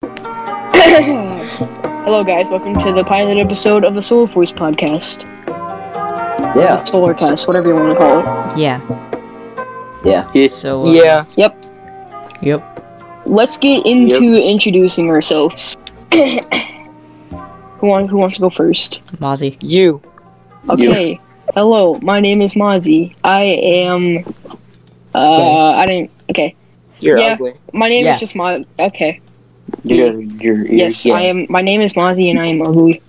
Hello, guys. Welcome to the pilot episode of the Solar Force podcast. The Yeah, Solar Cast, whatever you want to call Yeah. yeah. So. uh, Yeah. it. Yep. Yep. Let's get into introducing ourselves. who, want, who wants to go first? Mozzie. You. Okay. Hello, my name is Mozzie. I am. Uh, I didn't. Okay. You're Yeah. ugly. My name Yeah. is just Moz. Okay. You're, you're, Yes, I am. My name is Mozzie, and I am ugly.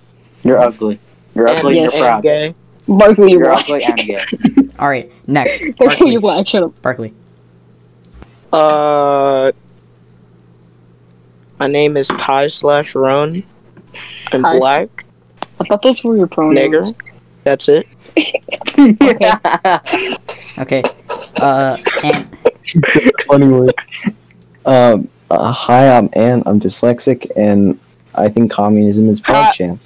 You're ugly. You're ugly. Yes. You're proud. gay. Barkley, you're You're black. ugly and gay. All right. Next. Barkley, you're Barkley. black. Shut up. Barkley. Uh. My name is Ty slash Ron. I'm Ty. black. I thought those were your pronouns. Nigger. That's it. Okay. Uh. And Funny word. Um. uh, hi, I'm Ann. I'm dyslexic, and I think communism is Ah. blockchain.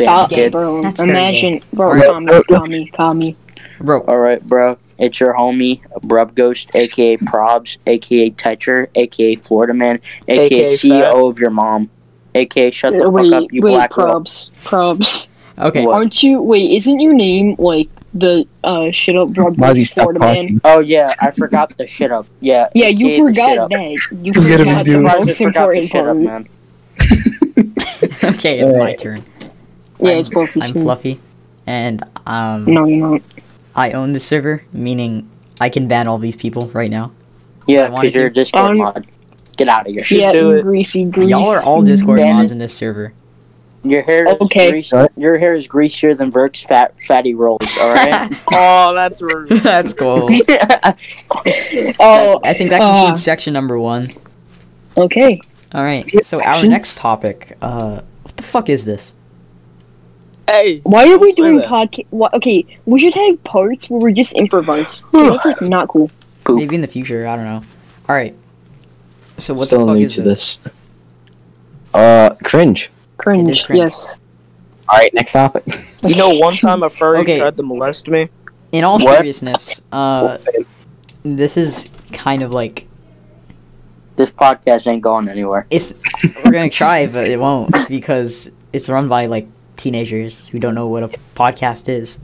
Stop, gay. bro. That's very Imagine, bro. Alright. Commie, commie, commie. bro. All right, bro. It's your homie, Brub Ghost, aka Probs, aka Tetcher, aka Florida Man, aka, AKA CEO E fat. of your mom, aka shut the wait, fuck up, you wait, black girl. probs, probs. Okay. What? Aren't you? Wait, isn't your name like the uh shit up drug Mozzie, stop Florida man? Oh yeah, I forgot the shit up. Yeah. Yeah, AKA you the shit forgot up. that. You gotta forgot the redo it. Surprised I most forgot the important shit part. up, man. Okay. It's my Alright. turn. yeah, I'm- it's both I'm Fluffy, and um, No, you're not. I own this server, meaning I can ban all these people right now. I Yeah, wanted because you're a to- Discord Um, mod. Get out of here. should yeah, do you it. greasy grease. Y'all are all Discord Ban mods in this server. Your hair is Okay. greas- your hair is greasier than Verk's fat fatty rolls, alright? Oh, that's rude. That's cool. Oh, I think that Uh. concludes section number one. okay. All right. So our sections? next topic. Uh, what the fuck is this? hey. Why are we Don't say doing that. podcast? Okay, we should have parts where we just improvise. That's like not cool. Poop. Maybe in the future. I don't know. All right. So what Still the fuck new is to this? this. Uh, cringe. It Cringe. is cringe. Yes. All right, next topic. You know, one time a furry Okay. tried to molest me. In all What? seriousness, uh, this is kind of like This podcast ain't going anywhere. it's. We're gonna try, but it won't because it's run by like teenagers who don't know what a podcast is.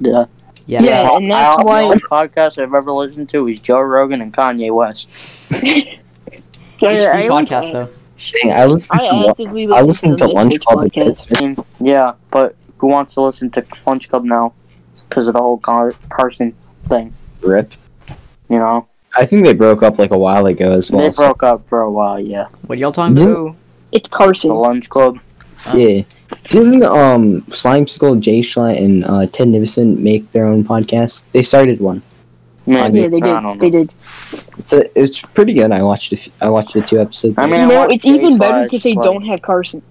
Yeah. Yeah. Yeah. Well, and that's I- why- the only podcast I've ever listened to is Joe Rogan and Kanye West. It's Yeah, the I like that. podcast though. Dang, I listened I to one. actively I listened to this Lunch week's Club. and podcast. I mean, yeah, but who wants to listen to Punch Club now? Because of the whole Car- Carson thing, Rip. you know? I think they broke up like a while ago as well. They so- broke up for a while, yeah. What y'all talking about? Didn't- Who? It's The Carson. Lunch Club. yeah. Didn't um Slime Skull, Jay Schlatt, and uh, Ted Nivison make their own podcast? They started one. Man, Yeah, they I don't did. know. They did. It's a, it's pretty good. I watched a few, I watched the two episodes. I mean, no, watched it's even Jay better Sly's because they play. don't have Carson.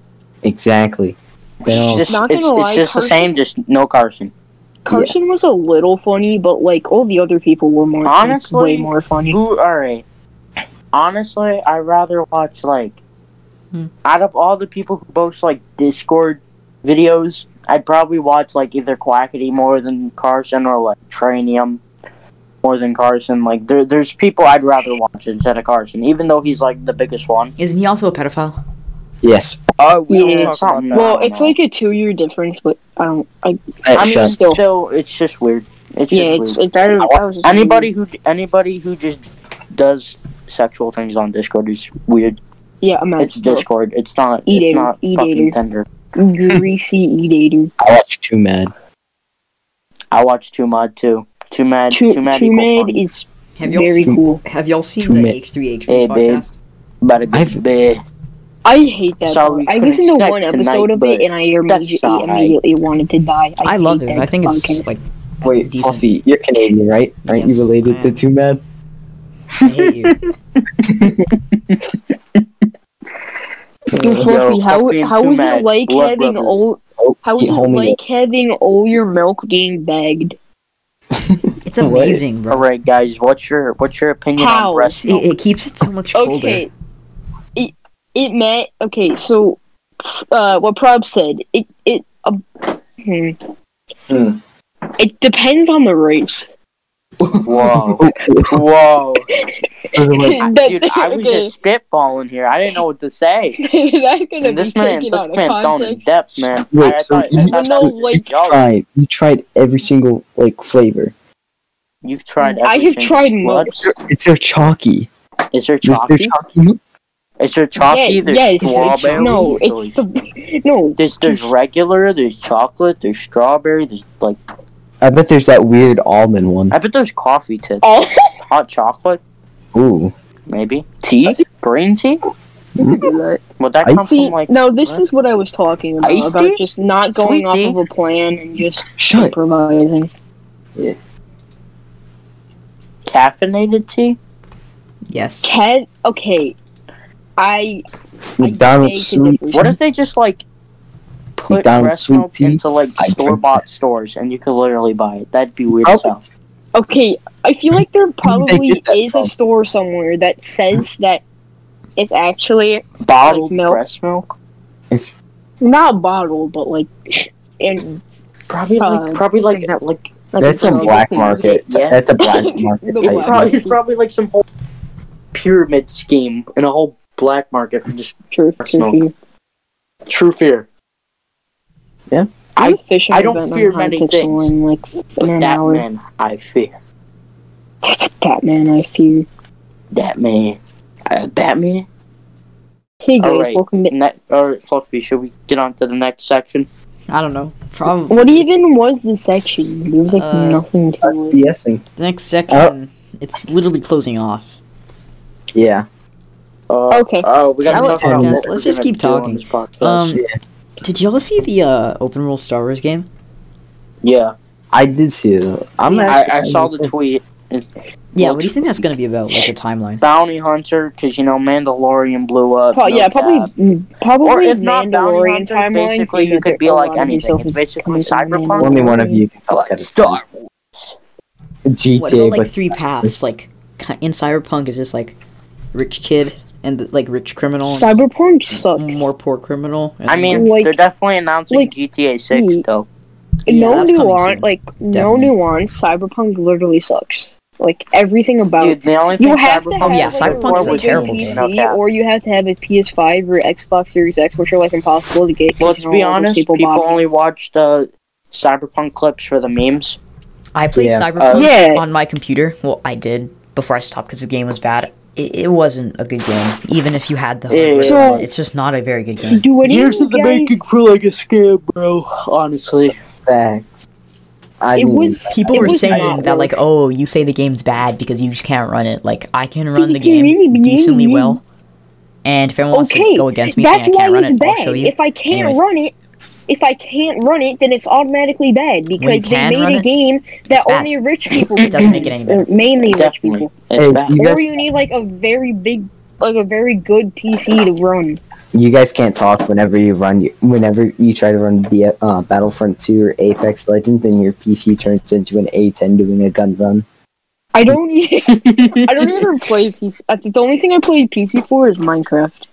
exactly. They It's all- just, Not it's, gonna it's lie, just the Carson- same, just no Carson. Carson was a little funny, but like all the other people were more like, Honestly, way more funny. Who all right? Honestly, I rather watch like Hmm. out of all the people who post like Discord videos, I'd probably watch like either Quackity more than Carson or like Tranium more than Carson. Like there, there's people I'd rather watch instead of Carson, even though he's like the biggest one. Isn't he also a pedophile? yes. Oh, we Yeah, don't talk something. about Well, I don't it's know. like a two-year difference, but I don't. I, Hey, I mean, shut- still- still, it's just weird. It's yeah, just it's weird. it, that, is- that was just anybody who anybody who just does sexual things on Discord is weird. weird. Yeah, I'm It's Discord. It's not. Eat it's it, not eat fucking it. Tinder. greasy eat eater. I watched Too Mad. I watch Too Mad too. Too Mad. Too, Too Mad. too equals mad e- fun. is Have y'all very seen, cool. Have y'all seen Too the ma- H3H3 Hey, babe. podcast? But it- I've- bleh. I hate that. Sorry, part. we I couldn't listened to connect one tonight, episode of it, but and I immediately, all right. immediately wanted to die. I, I hate love it. that I think it's podcast. like Wait, Decent. Fluffy, you're Canadian, right? Aren't Yes, you I related to am. Too Mad? I hate you. Dude, Fluffy, Yo, how Fluffy and how Too is it Mad, like blood having brothers. all Oh, how is he it homie. like having all your milk being bagged? It's What? amazing, All bro. right, guys. What's your What's your opinion How? on breast It, milk? it keeps it so much colder. Okay, it it meant okay. So, uh, what Prob said it it um, hmm. Hmm. it depends on the race. Whoa. Whoa. That- Dude, I was okay. just spitballing here. I didn't know what to say. That's gonna And this be man, taken this out of man's gone in context. depth, man. Wait, I, I so thought, I you- thought No, that was like- y'all. tried. You tried every single like flavor. You've tried. I have everything. tried What? It's their chalky. Is there There's their chalky? chalky milk. Is there chalky? Yeah, there's yes, it's- strawberry. no, there's- it's the no. There's there's regular. There's chocolate. There's strawberry. There's like. I bet there's that weird almond one. I bet there's coffee too. All Hot chocolate, Ooh. maybe tea, green tea. Would that Uh, Ice come see, from like? no, this is what? what I was talking about Iced about tea? just not going Sweet off tea? of a plan and just Shut. improvising. caffeinated tea. Yes. Cat, okay, I McDonald's I hate sweet. the What if they just like put McDonald's breast sweet milk tea? into like I drink store bought stores and you could literally buy it? That'd be weird How as hell. okay. I feel like there probably get that is from? a store somewhere that says that it's actually Bottled milk? breast milk. not bottled, but like and Probably like Uh, probably like that like. like That's a some drug black thing. market. Yeah. That's a black market. The black It's type thing. probably, it's probably like some whole pyramid scheme and a whole black market for just true. Smoke. true. true fear. I'm a fishing I don't event on fear High many Pixel things, in like But in an that hour. man, I fear. That man, I fear. That man. Uh, Batman? Hey guys, Alright. welcome to. Ne- Alright, Fluffy, should we get on to the next section? I don't know. Probably What even was the section? There was like Uh, nothing to That's it. BSing. the next section. It's literally closing off. Yeah. Uh, Okay. Oh, we gotta Now talk it's about on. what Let's we're just gonna keep do on talking. this podcast. Um, yeah. did y'all see the uh, open world Star Wars game? yeah, I did see it. I'm I, actually, I saw the tweet. Yeah. Well, What do you think that's gonna be about? Like a timeline? Bounty Hunter, because, you know, Mandalorian blew up. Pro- no yeah, cap. probably, mm, probably. Or if not Bounty Mandalorian Hunter, timelines, basically even you could if be a like lot of anything. yourself It's is basically coming from cyberpunk. only one of Mandalorian. you can talk Like at a time. Star Wars. GTA, What about like but three paths? Like ki- in Cyberpunk is just like rich kid and like rich criminal, Cyberpunk Mm, and sucks. more poor criminal. And I mean, Like- they're definitely announcing like- GTA 6, though. Yeah, no that's coming nuance, soon. like no Definitely. nuance. Cyberpunk literally sucks. Like everything about Dude, the only thing you have to Cyberpunk have yeah, like, Cyberpunk a is a really good terrible game. PC, No cap. or you have to have a PS5 or Xbox Series X, which are like impossible to get. 'cause, Well, let's you know, be all those honest, people, people bought only watch the cyberpunk clips for the memes. I played Yeah. Cyberpunk Uh, Yeah. on my computer. Well, I did before I stopped because the game was bad. It, it wasn't a good game, even if you had the hardware. So- it's just not a very good it. game. Do what do you guys? for like a scam, bro. Honestly, facts. I it mean, was People it were was not saying that, like, worth oh, you say the game's bad because you just can't run it. Like, I can run the you can't game even- decently you- well, and if anyone wants Okay, to go against me saying I That's why can't run it's it, I'll show bad. you. If I can't Anyways. run it, if I can't run it, then it's automatically bad because they can run made a it, game it's that bad. only rich people. It doesn't make it any can- or Mainly rich definitely. people, It's Hey, bad. you guys, or you need like a very big, like a very good PC to run. you guys can't talk whenever you run. Whenever you try to run B, uh, Battlefront Two or Apex Legends, then your PC turns into an A10 doing a gun run. I don't. e- I don't even play PC. I think the only thing I play PC for is Minecraft,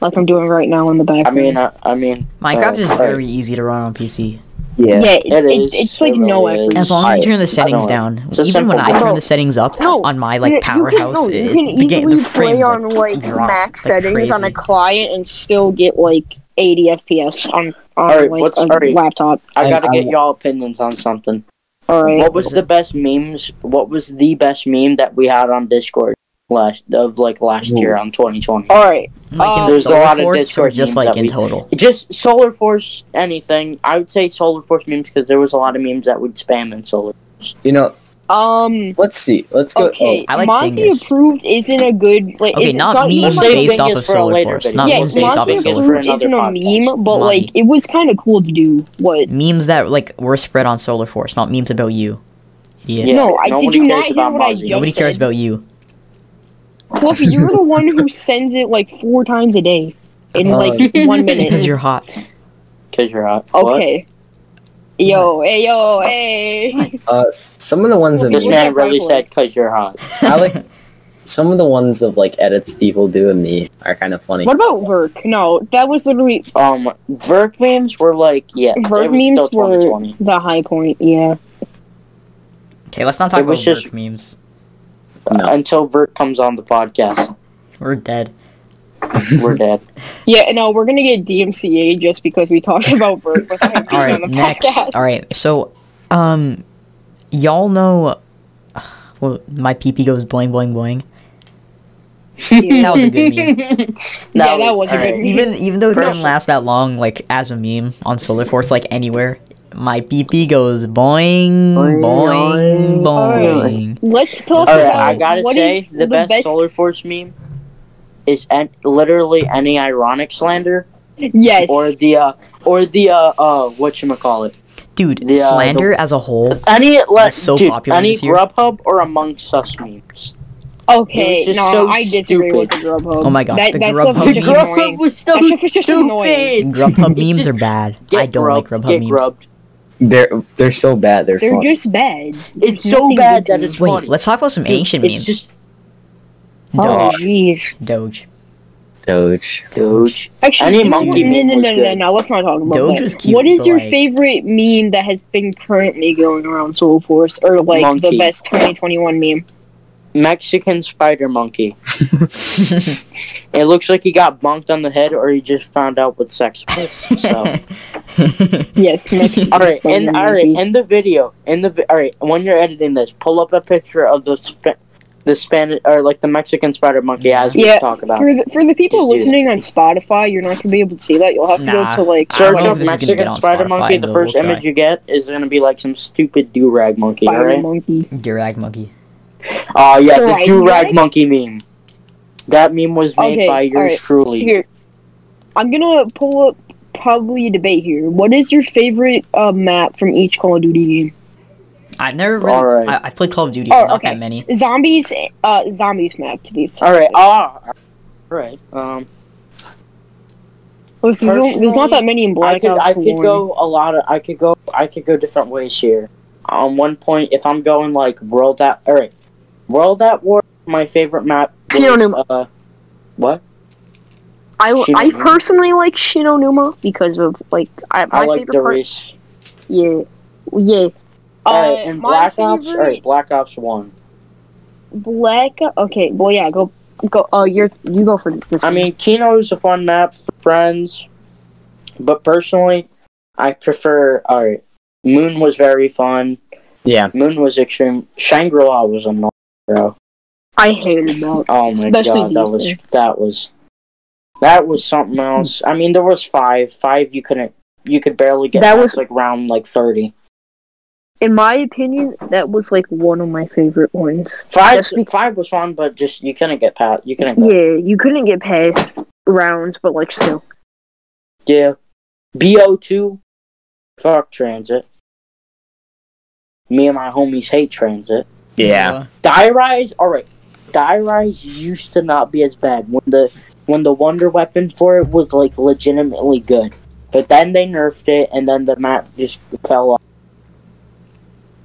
like I'm doing right now in the I background. mean, I, I mean, Minecraft is uh, very easy to run on PC. Yeah. yeah, it, it it- is. it's like It no really effort. is. As long as you I- turn don't the settings know. down, It's a even when simple I turn game. the settings up No, on my You- like you powerhouse, Can, no, you it, can the, game, easily the frames play on like, drop max like settings on a crazy. client and still get like 80 FPS on on Alright, like what's- a alright. laptop. I I- gotta I- get y'all opinions on something. All right. What was the best memes? What was the best meme that we had on Discord last of like last year on 2020? All right. like in Uh, the there's a lot Solar of Force or Discord just memes like that in we- total. Just Solar Force, anything. I would say Solar Force memes because there was a lot of memes that would spam in Solar. You know, Um. let's see. Let's go. Okay. I like Monty Dingus. approved isn't a good like. Okay, it's not not even memes We'll save like, based off Dingus of for a Solar later Force. video. Not yeah, memes it's based off Monty of Dingus Solar for approved Force. isn't a another podcast. meme, but like Monty. it was kind of cool to do. What? Memes that like were spread on Solar Force, not memes about you. Idiot. Yeah, no, I did nobody you cares not hear about what I Mozzie. just Nobody said. cares about you. Fluffy, you're the one who sends it like four times a day in Uh, like one minute. Because you're hot. Because you're hot. What? Okay. Yo, hey, yo, hey. Uh, s- some of the ones of This Who's me, man that really rivalry? said because you're hot. I like. Some of the ones of like edits people do of me are kind of funny. What about Verk? No, that was literally Um, Verk memes were like, yeah, Verk it was memes still were 2020. the high point. Yeah. Okay, let's not talk It about was just... just- memes. No. Until Vert comes on the podcast, We're dead. we're dead. Yeah, no, we're gonna get DMCA just because we talked about Bert without him All being right, on the next. podcast. All right, so um, y'all know. Well, my PP goes boing boing boing. That was a good meme. Yeah, that was a alright. good meme. even even though it didn't Perfect. last that long, like as a meme on Solar Force, like anywhere, my PP goes boing Boing, boing boing. boing. Let's talk All Alright, about I gotta what say, is the, best, Solar Force meme is an- literally any ironic slander Yes. or the uh, or the uh, uh what you call it. Dude, The, uh, slander as a whole. Any like That's so dude, popular any this year. Grubhub or Amongst Us memes. okay, It was just no, so I disagree with the Grubhub. Oh my gosh, that, the that stuff Grubhub- was The just Grubhub annoying. was so That stuff was just annoying. Grubhub memes are bad. Get I don't grubbed, like Grubhub get memes. grubbed. They're they're so bad. They're, They're fun. just bad. There's It's so nothing bad good that to it's Wait, funny. let's talk about some Dude, ancient it's memes. Just, Oh Dog. jeez. Doge. Doge. Doge. Actually, Any you know monkey what? meme no, no, was no, no, no, good. Let's not talk about Doge that. was cute, what is but, your like- favorite meme that has been currently going around Soul Force, or like the Monkey. best 2021 meme? Mexican spider monkey. It looks like he got bonked on the head, or he just found out what sex was. So. Yes. Mexican All right, Spider and all right, Monkey. in the video, in the vi- all right, when you're editing this, pull up a picture of the spa- the Spanish or like the Mexican spider monkey as we Yeah. talk about. For the, for the people Just do it. listening on Spotify, you're not gonna be able to see that. You'll have to Nah. go to like I don't Search know up if this is gonna get Mexican on spider Spotify, monkey. The but first we'll image try. you get is gonna be like some stupid do rag monkey, all Spider right? Monkey. Durag monkey. Oh yeah, the Right, do rag right? monkey meme. That meme was made Okay, by yours all right. truly. Here, I'm gonna pull up probably a debate here. What is your favorite uh, map from each Call of Duty game? I've never really. All right. I, I played Call of Duty, Oh, but not okay. that many. Zombies, uh, zombies map to be. All right, ah, all right. Um, Oh, so there's, only- there's not that many in I Black could Ops I could 1. go a lot of I could go I could go different ways here. On one point, if I'm going like World at all right, World at War, my favorite map. Was, Pseudonym. uh, what? I, I Shinonuma. personally like Shinonuma because of like I, my I like favorite the part. race. Yeah, yeah. All right, Uh, and my Black Ops. All favorite- right, Black Ops One. Black. Okay. Well, yeah. Go. Go. Uh, you're you go for this. I one. mean, Kino's a fun map for friends, but personally, I prefer. All right, Moon was very fun. Yeah. Moon was extreme. Shangri La was a no, bro. I hated that. Oh my Especially god, that these was days. that was that was something else. I mean, there was five, five you couldn't, you could barely get. That That was- was like round like thirty. In my opinion, that was like one of my favorite ones. Five, Just be- five was fun, but just you couldn't get past. You couldn't. Get, Yeah, you couldn't get past rounds, but like still. yeah. Bo two, fuck transit. Me and my homies hate transit. Uh, Die rise, all right. Die rise used to not be as bad when the when the wonder weapon for it was like legitimately good, but then they nerfed it and then the map just fell off.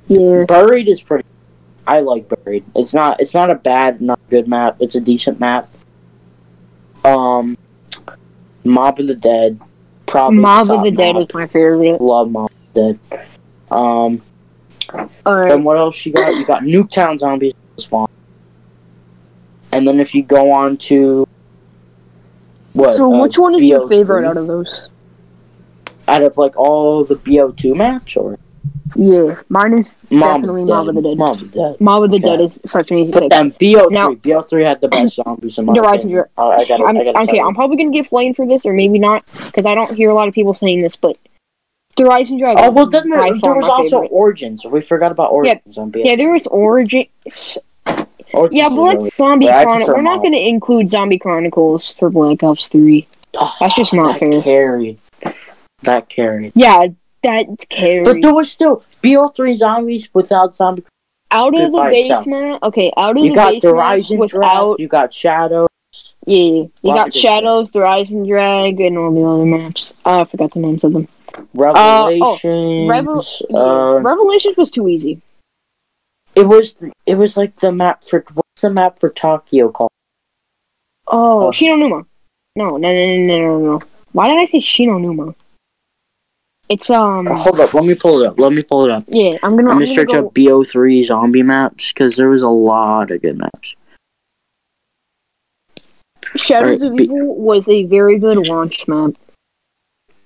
Yeah. Buried is pretty. I like buried. It's not. It's not a bad, not good map. It's a decent map. Um, Mob of the Dead. Probably Mob of top the Dead map. was my favorite. Love Mob of the Dead. Um, then Alright. what else you got? You got Nuketown Zombies Spawn. And then if you go on to what? So uh, which one is your BO3? favorite out of those? out of like all the BO2 maps or Yeah, mine is Mob definitely of Mob of the Dead. Mob of the Dead. Mob of the Okay. Dead is such an easy But pick. then BO3, Now- BO3 had the best zombies in my You're right, opinion. Uh, you're- I, I gotta, I'm, I gotta okay, tell I'm probably gonna give Blaine for this, or maybe not, because I don't hear a lot of people saying this. But the Rise and you. Dragon. Oh, well, is then there, by there far was my also favorite. Origins. We forgot about Origins on BO3. yeah, there was Origins. Origins Yeah, but was like Zombie Yeah, I Chronicles, prefer we're not Mob. gonna include Zombie Chronicles for Black Ops Three. really- Oh, That's just not that fair. carried. That carried. Yeah, that carries. But there was still BO3 zombies without zombie. out of Good the by base itself. map, okay, out of You the got base map the Rising without, Drought. You got Shadow. yeah, you Why got did you- Shadows, the Rise and Drag, and all the other maps. Uh, I forgot the names of them. oh, Revelations. Revel- uh, yeah, Revelations was too easy. it was. It was like the map for. What's the map for Tokyo called? Oh, Uh, Shinonuma. No, no, no, no, no, no, no. Why did I say Shinonuma? It's um Oh, Hold up, let me pull it up. Let me pull it up. yeah. I'm gonna. I'm I'm gonna gonna search go- up BO3 zombie maps because there was a lot of good maps. Shadows Alright, of be- Evil was a very good launch map.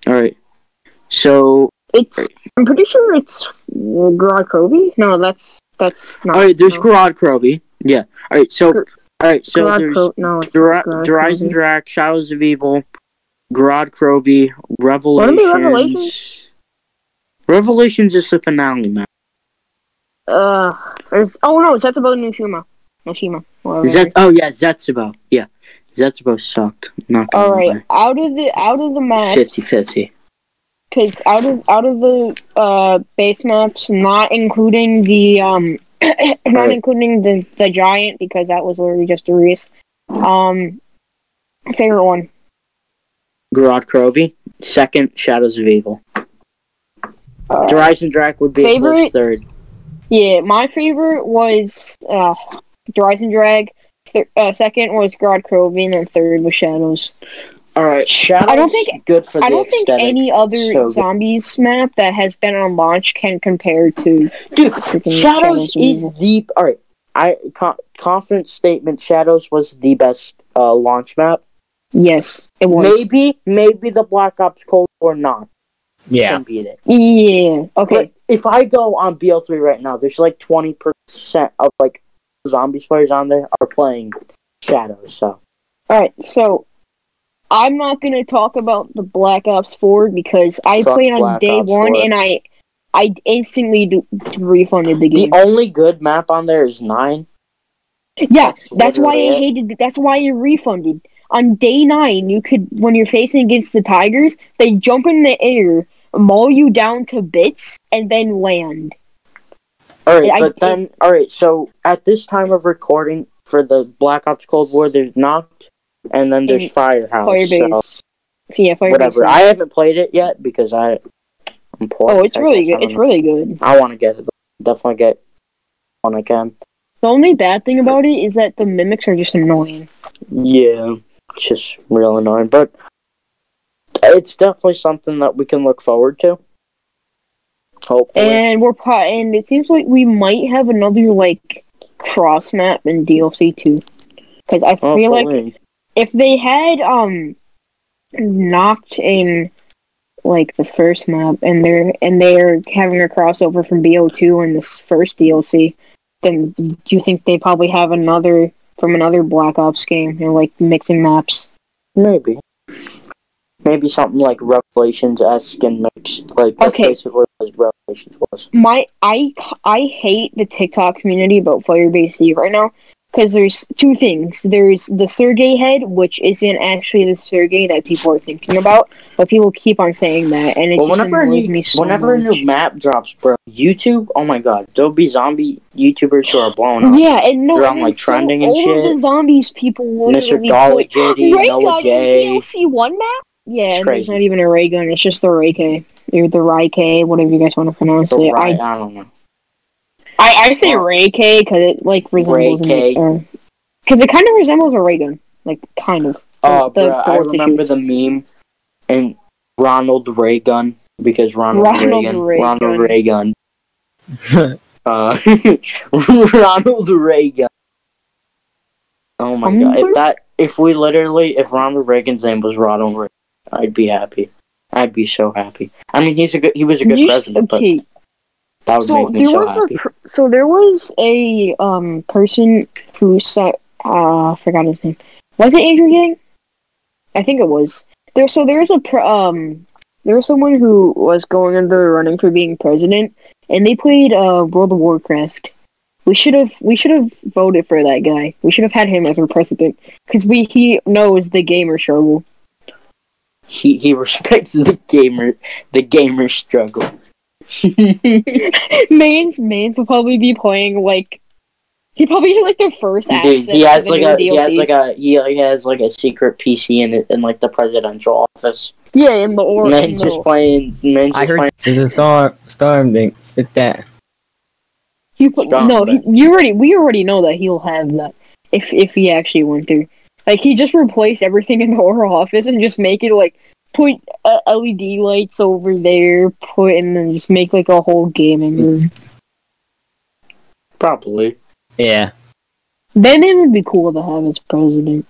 All right, so It's. I'm pretty sure it's Grod Covey. No, that's that's not. all right, there's no. Garad Crovey. Yeah. All right, so all Gr- right, so Grod there's Co- no, it's Dra- Grod Dryzen Covey. Drac, Shadows of Evil, Garad Crovey, it Revelations. be Revelations? is the finale map. Uh, there's. Oh no, that's about Nishima. Nishima. whatever. Is that? Oh yeah, Zetsubo. Yeah, Zetsubo sucked. Not gonna All right, out of the out of the lie. map, 50-50. because out of out of the uh base maps, not including the um, not Right. including the the giant because that was literally just a race. Um, favorite one. Garad Crovey, second. Shadows of Evil. Uh, Dryzen Drac would be a close Favorite? third. Yeah, my favorite was uh, Rise and Drag. Th- uh, second was Grod Crovey, and then third was Shadows. All right, Shadows. I don't think- good for I the don't think aesthetic. any other So good. zombies map that has been on launch can compare to. Dude, freaking Shadows Shadows is Evil. the all right. I con- confident statement. Shadows was the best uh, launch map. Yes, it was. Maybe, maybe the Black Ops Cold War not Yeah. can beat it. Yeah. Okay. But if I go on BL3 right now, there's like twenty percent of like zombies players on there are playing Shadows. So All right. So I'm not gonna talk about the Black Ops Four because I Fuck played on Black day Ops one 4. and I, I instantly do- refunded the the game. only good map on there is nine. Yeah, That's that's why I literally hated. That's why I refunded on day nine. You could, when you're facing against the tigers, they jump in the air, maul you down to bits, and then land. All right, I- but then all right. So at this time of recording for the Black Ops Cold War, there's Knocked, and then there's And Firehouse. so- Firebase. Yeah, Firebase. Oh, whatever. I haven't played it yet because I, I'm poor. oh, it's I really guess. I good. It's don't know. really good. I want to get it. though. Definitely get it when I can. The only bad thing about it is that the mimics are just annoying. Yeah, it's just real annoying, but it's definitely something that we can look forward to. Hopefully, And we're pro- and it seems like we might have another like cross map in DLC too, because I feel like hopefully. if they had um knocked in like the first map and they're and they're having a crossover from BO2 in this first DLC, then do you think they probably have another from another Black Ops game and like mixing maps? maybe, maybe something like Revelations esque and mixed. Like that's Okay. basically what Revelations was. My I I hate the TikTok community about Firebase C right now because there's two things. There's the Sergey head, which isn't actually the Sergey that people are thinking about, but people keep on saying that, and it Well, just whenever a annoys new me so whenever a much. new map drops, bro, YouTube. Oh my God, there'll be zombie YouTubers who are blown up. Yeah, and no, They're and on, like, then so trending and all of shit. the zombies people Mr. literally Dolly, put JD, ray Noah gun J. in DLC one now. Yeah, It's and there's crazy. not even a ray gun; it's just the ray K or the ray K, whatever you guys want to pronounce So it. I, I, I don't know. I I say ray K because it like resembles Ray K. because it kind of resembles a ray gun, like kind of. Oh, the bruh, I bullet to remember shoot. the meme and Ronald Reagan because Ronald, Ronald Reagan, Reagan. Ronald Reagan, uh, Ronald Reagan. Oh my Um, god! If that, if we literally, if Ronald Reagan's name was Ronald Reagan, I'd be happy. I'd be so happy. I mean, he's a good, he was a good You s- president, okay, but that would so make me there so was happy. a per- so there was a um person who said uh I forgot his name was it Andrew Yang? I think it was there. So there was a pr- um there was someone who was going into the running for being president, and they played uh World of Warcraft. We should have we should have voted for that guy. We should have had him as our president because we he knows the gamer struggle. he he respects the gamer, the gamer struggle. Mains Mains will probably be playing like he probably hit like the first. Dude, accent he for has the like new a he has DLCs. like a he, he has like a secret PC in it in like the presidential office. Yeah, in the or in Men's just the, playing. Men's I just heard playing. This is a storm, storm thing. Sit that. you put, Strong no, he, back. you already we already know that he'll have that if if he actually went through. Like he just replaced everything in the Oral office and just make it like put uh, LED lights over there, put and then just make like a whole gaming room. Probably. Yeah. Batman would be cool to have as president.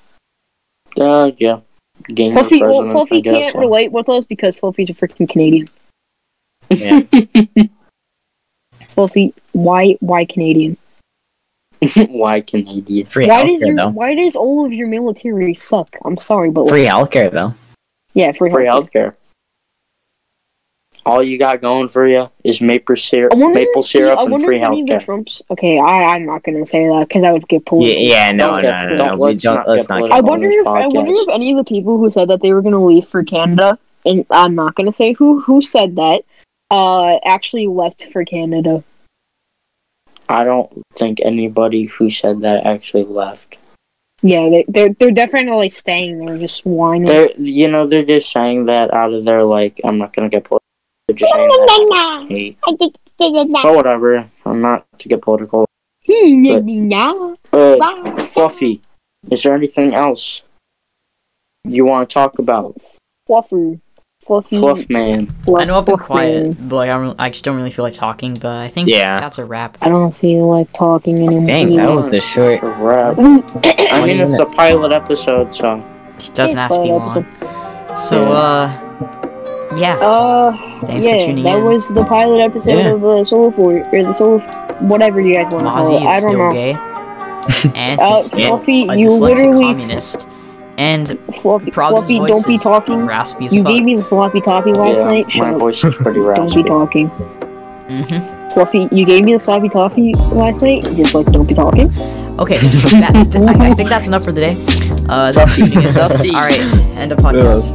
Uh, yeah. Game Fluffy, president, well, Fluffy I guess, can't so. relate with us because Fluffy's a freaking Canadian. Yeah. Fluffy, why why Canadian? Why Canadian? Free why healthcare does your though. why does all of your military suck? I'm sorry, but Free healthcare though. yeah, free, Free health. healthcare. All you got going for you is maple syrup, I wonder- maple syrup, I and wonder free if any of the healthcare. Trumps. Okay, I I'm not gonna say that because I would get pulled. Yeah, yeah, no, Don't no, get- no, no, don't- no. we let's don't, not let's get not get I political. on wonder this if I wonder podcast. if any of the people who said that they were going to leave for Canada, and I'm not going to say who who said that, uh, actually left for Canada. I don't think anybody who said that actually left. Yeah, they, they're they're definitely staying there, just whining. They're, you know, they're just saying that out of their like, I'm not gonna get political. They're just saying that. out of hate. But whatever, I'm not to get political. Hmm, Uh, Fluffy, is there anything else you want to talk about? Fluffer, fluffy, Fluff man. fluff- I know I've been fluffman. quiet, but like, I, don't, I just don't really feel like talking. But I think Yeah. that's a wrap. I don't feel like talking anymore. Dang, that was a short. Rap. Hmm. I mean, it's a pilot episode, so It doesn't have to be Well, long. So uh, yeah. Uh, Thanks yeah, for tuning that in. was the pilot episode Yeah. of the Soul Four or the Soul, whatever you guys want to call it. Mozzie I is don't know. still gay. and Uh, he's still Fluffy, a you dyslexic literally s- communist. And Fluffy, Problem's Fluffy, voice don't be is talking. raspy as You fuck. gave me the sloppy toppy last yeah, night. Shut my up. voice is pretty Don't be raspy. talking. Mhm. Fluffy, you gave me the sloppy toppy last night. Just like don't be talking. Okay, that, I, I think that's enough for the day. Uh, thanks for tuning in. Sussy. All right, end of podcast.